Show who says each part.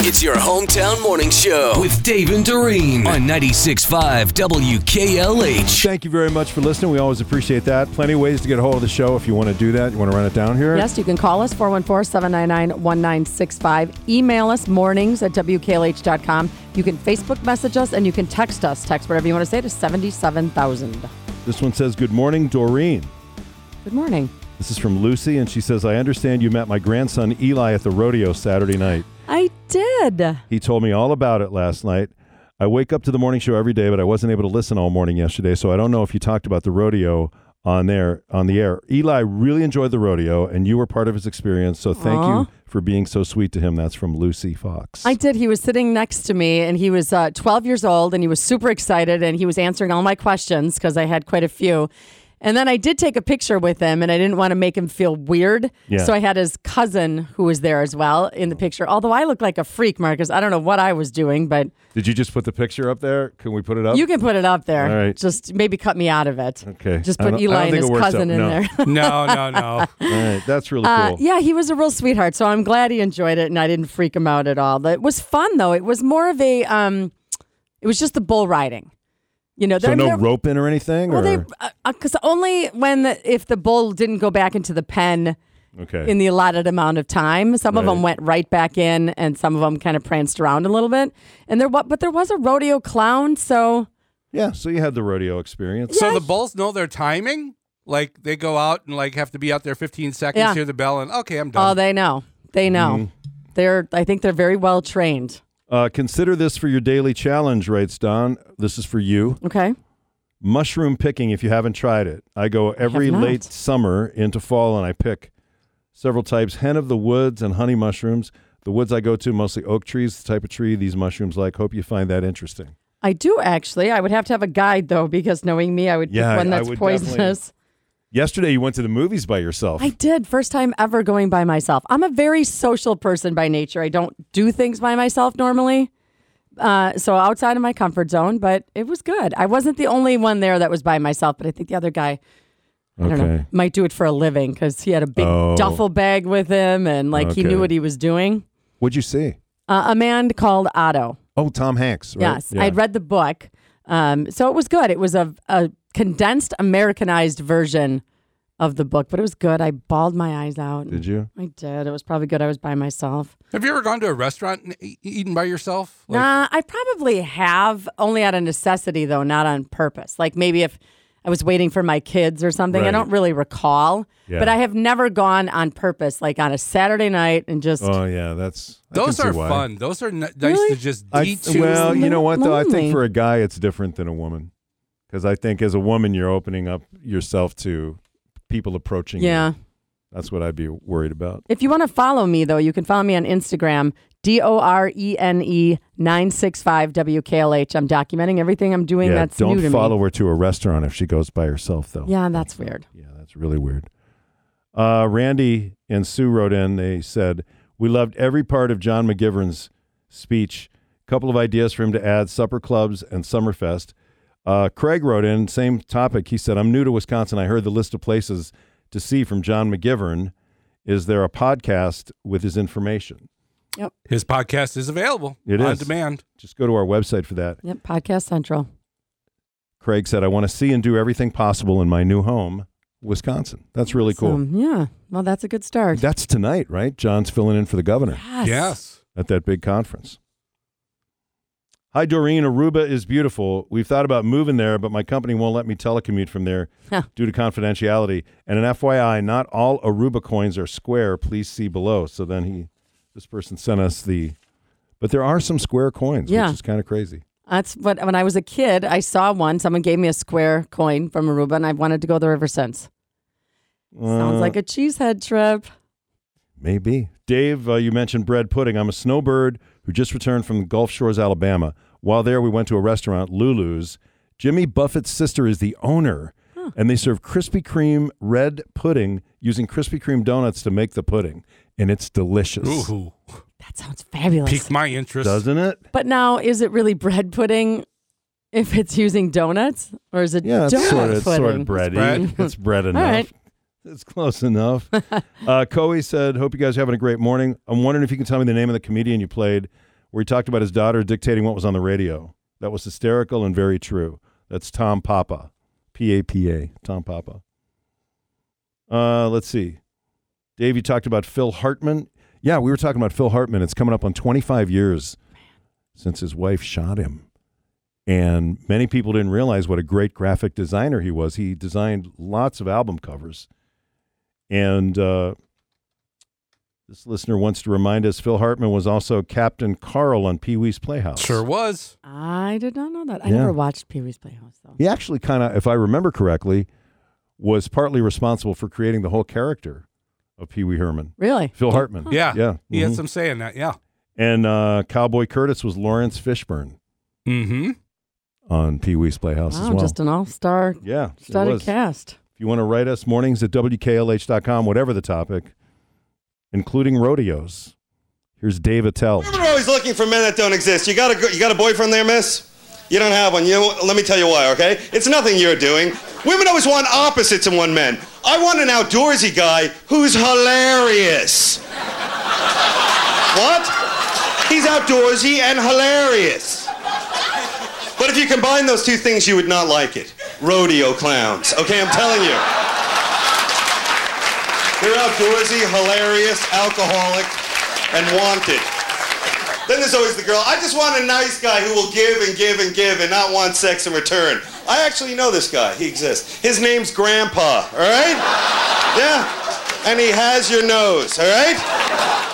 Speaker 1: It's your hometown morning show
Speaker 2: with Dave and Doreen on 96.5 WKLH.
Speaker 3: Thank you very much for listening. We always appreciate that. Plenty of ways to get a hold of the show if you want to do that. You want to run it down here?
Speaker 4: Yes, you can call us 414 799 1965. Email us mornings at WKLH.com. You can Facebook message us and you can text us. Text whatever you want to say to 77,000.
Speaker 3: This one says, Good morning, Doreen.
Speaker 4: Good morning.
Speaker 3: This is from Lucy, and she says, I understand you met my grandson Eli at the rodeo Saturday night.
Speaker 4: I did.
Speaker 3: He told me all about it last night. I wake up to the morning show every day, but I wasn't able to listen all morning yesterday, so I don't know if you talked about the rodeo on there on the air. Eli really enjoyed the rodeo and you were part of his experience, so thank
Speaker 4: Aw.
Speaker 3: you for being so sweet to him. That's from Lucy Fox.
Speaker 4: I did. He was sitting next to me and he was uh, 12 years old and he was super excited and he was answering all my questions because I had quite a few. And then I did take a picture with him and I didn't want to make him feel weird.
Speaker 3: Yeah.
Speaker 4: So I had his cousin who was there as well in the picture. Although I look like a freak, Marcus. I don't know what I was doing, but
Speaker 3: Did you just put the picture up there? Can we put it up?
Speaker 4: you can put it up there.
Speaker 3: Oh. All right.
Speaker 4: Just maybe cut me out of it.
Speaker 3: Okay.
Speaker 4: Just
Speaker 3: I
Speaker 4: put
Speaker 3: don't- I
Speaker 4: Eli
Speaker 3: don't
Speaker 4: and
Speaker 3: think
Speaker 4: his
Speaker 3: it works out.
Speaker 4: cousin in
Speaker 3: No.
Speaker 4: there.
Speaker 2: No, no, no.
Speaker 3: All right, that's really
Speaker 4: Uh,
Speaker 3: cool.
Speaker 4: yeah, he was a real sweetheart. So I'm glad he enjoyed it, and I didn't freak him out at all. But It was fun though. It was more of a, um, it was just the bull riding. You know,
Speaker 3: So
Speaker 4: I mean,
Speaker 3: no roping or anything?
Speaker 4: Well,
Speaker 3: or?
Speaker 4: they because only when the, if the bull didn't go back into the pen
Speaker 3: okay.
Speaker 4: in the allotted amount of time. Some of
Speaker 3: Right.
Speaker 4: them went right back in, and some of them kind of pranced around a little bit. And there, wa- but there was a rodeo clown, so
Speaker 3: yeah, so you had the rodeo experience.
Speaker 5: So the bulls know their timing. Like they go out and like have to be out there 15 seconds,
Speaker 4: Yeah.
Speaker 5: hear the bell, and okay, I'm
Speaker 4: oh,
Speaker 3: Um,
Speaker 5: done.
Speaker 4: they know, they know.
Speaker 3: Mm-hmm.
Speaker 4: They're, I think they're very well trained.
Speaker 3: Uh, consider this for your daily challenge, writes Don. This is for you.
Speaker 4: Okay.
Speaker 3: Mushroom picking, if you haven't tried it. I go every
Speaker 4: not.
Speaker 3: late summer into fall and I pick several types hen of the woods and honey mushrooms. The woods I go to, mostly oak trees, the type of tree these mushrooms like. Hope you find that interesting.
Speaker 4: I do actually. I would have to have a guide though, because knowing me, I would
Speaker 3: Yeah,
Speaker 4: pick one
Speaker 3: I- I
Speaker 4: that's
Speaker 3: would definitely-
Speaker 4: poisonous.
Speaker 3: Yesterday, you went to the movies by yourself.
Speaker 4: I did first time ever going by myself. I'm a very social person by nature. I don't do things by myself normally, uh, so outside of my comfort zone. But it was good. I wasn't the only one there that was by myself, but I think the other guy. I don't know.
Speaker 3: Okay.
Speaker 4: Might do it for a living because he had a big
Speaker 3: Oh.
Speaker 4: duffel bag with him and like he
Speaker 3: Okay.
Speaker 4: knew what he was doing.
Speaker 3: What'd you see?
Speaker 4: Uh, a man called Otto.
Speaker 3: Oh, Tom Hanks. Right?
Speaker 4: Yes,
Speaker 3: Yeah.
Speaker 4: I'd read the book, um, so it was good. It was a, a condensed, Americanized version of the book, but it was good. I bawled my eyes out.
Speaker 3: Did you?
Speaker 4: I did. It was probably good. I was by myself.
Speaker 5: Have you ever gone to a restaurant and e- eaten by yourself? Like,
Speaker 4: nah, I probably have only out of necessity though, not on purpose. Like maybe if I was waiting for my kids or something. I
Speaker 3: Right.
Speaker 4: don't really recall,
Speaker 3: Yeah.
Speaker 4: but I have never gone on purpose, like on a Saturday night and just.
Speaker 3: Oh, yeah. That's I can
Speaker 5: those
Speaker 3: see
Speaker 5: are
Speaker 3: why.
Speaker 5: fun. Those are n- nice
Speaker 4: Really?
Speaker 5: to just
Speaker 3: I,
Speaker 5: eat. to.
Speaker 3: well, you know what though? I
Speaker 4: Lonely.
Speaker 3: think for a guy, it's different than a woman, because I think as a woman, you're opening up yourself to people approaching. you.
Speaker 4: yeah.
Speaker 3: that's what I'd be worried about.
Speaker 4: If you want to follow me, though, you can follow me on Instagram, D O R E N E 965 WKLH. I'm documenting everything I'm doing
Speaker 3: yeah,
Speaker 4: that's
Speaker 3: don't
Speaker 4: new to
Speaker 3: follow
Speaker 4: me.
Speaker 3: her to a restaurant if she goes by herself, though.
Speaker 4: Yeah, that's weird.
Speaker 3: Yeah, that's really weird. Uh, Randy and Sue wrote in. They said, We loved every part of John McGivern's speech. Couple of ideas for him to add supper clubs and Summerfest. Uh, Craig wrote in, same topic. He said, I'm new to Wisconsin. I heard the list of places to see from John McGivern. Is there a podcast with his information?
Speaker 5: His podcast is available
Speaker 3: It
Speaker 5: on
Speaker 3: is.
Speaker 5: demand.
Speaker 3: Just go to our website for that.
Speaker 4: Yep, Podcast Central.
Speaker 3: Craig said, I want to see and do everything possible in my new home, Wisconsin. That's really cool.
Speaker 4: So, Um, yeah, well, that's a good start.
Speaker 3: That's tonight, right? John's filling in for the governor.
Speaker 4: yes.
Speaker 5: Yes.
Speaker 3: at that big conference. Hi, Doreen. Aruba is beautiful. We've thought about moving there, but my company won't let me telecommute from there
Speaker 4: Huh.
Speaker 3: due to confidentiality. And an FYI, not all Aruba coins are square. Please see below. So then he, this person sent us the, but there are some square coins,
Speaker 4: Yeah.
Speaker 3: which is kind of crazy.
Speaker 4: That's what, when I was a kid, I saw one. Someone gave me a square coin from Aruba, and I've wanted to go there ever since. Sounds
Speaker 3: Uh.
Speaker 4: like a cheesehead trip.
Speaker 3: Maybe. Dave, uh, you mentioned bread pudding. I'm a snowbird who just returned from Gulf Shores, Alabama. While there, we went to a restaurant, Lulu's. Jimmy Buffett's sister is the owner, and they serve Krispy Kreme red pudding using Krispy Kreme donuts to make the pudding, and it's delicious.
Speaker 5: Ooh,
Speaker 4: That sounds fabulous.
Speaker 5: piqued my interest.
Speaker 3: Doesn't it?
Speaker 4: But now, is it really bread pudding if it's using donuts, or is it
Speaker 3: Yeah,
Speaker 4: donut
Speaker 3: it's sort of,
Speaker 4: pudding?
Speaker 3: sort of bready.
Speaker 5: bread.
Speaker 3: It's bread enough.
Speaker 4: right.
Speaker 3: It's close enough. uh, Coey said, Hope you guys are having a great morning. I'm wondering if you can tell me the name of the comedian you played where he talked about his daughter dictating what was on the radio. That was hysterical and very true. That's Tom Papa, P A P A, Tom Papa. Uh, let's see. Dave, you talked about Phil Hartman. Yeah, we were talking about Phil Hartman. It's coming up on 25 years since his wife shot him. And many people didn't realize what a great graphic designer he was. He designed lots of album covers. And uh, this listener wants to remind us Phil Hartman was also Captain Carl on Pee Wee's Playhouse.
Speaker 5: Sure was.
Speaker 4: I did not know that. I
Speaker 3: Yeah.
Speaker 4: never watched Pee Wee's Playhouse though.
Speaker 3: He actually kind of, if I remember correctly, was partly responsible for creating the whole character of Pee Wee Herman.
Speaker 4: Really?
Speaker 3: Phil Hartman.
Speaker 5: Yeah.
Speaker 3: Yeah.
Speaker 5: He had
Speaker 3: mhm.
Speaker 5: some say in that. Yeah.
Speaker 3: and uh, Cowboy Curtis was Lawrence Fishburne
Speaker 5: Mm-hmm.
Speaker 3: on Pee Wee's Playhouse
Speaker 4: Wow,
Speaker 3: as well.
Speaker 4: just an all-star
Speaker 3: yeah. it
Speaker 4: studded
Speaker 3: was.
Speaker 4: cast.
Speaker 3: If you want to write us mornings at WKLH.com, whatever the topic, including rodeos. Here's Dave Attell.
Speaker 6: Women are always looking for men that don't exist. You got a gr- you got a boyfriend there, miss? You don't have one. You know, what? let me tell you why, okay? It's nothing you're doing. Women always want opposites in one man. I want an outdoorsy guy who's hilarious. what? He's outdoorsy and hilarious. But if you combine those two things, you would not like it. Rodeo clowns, okay? I'm telling you. They're outdoorsy, hilarious, alcoholic, and wanted. Then there's always the girl. I just want a nice guy who will give and give and give and not want sex in return. I actually know this guy. He exists. His name's Grandpa, all right? Yeah. And he has your nose, all right?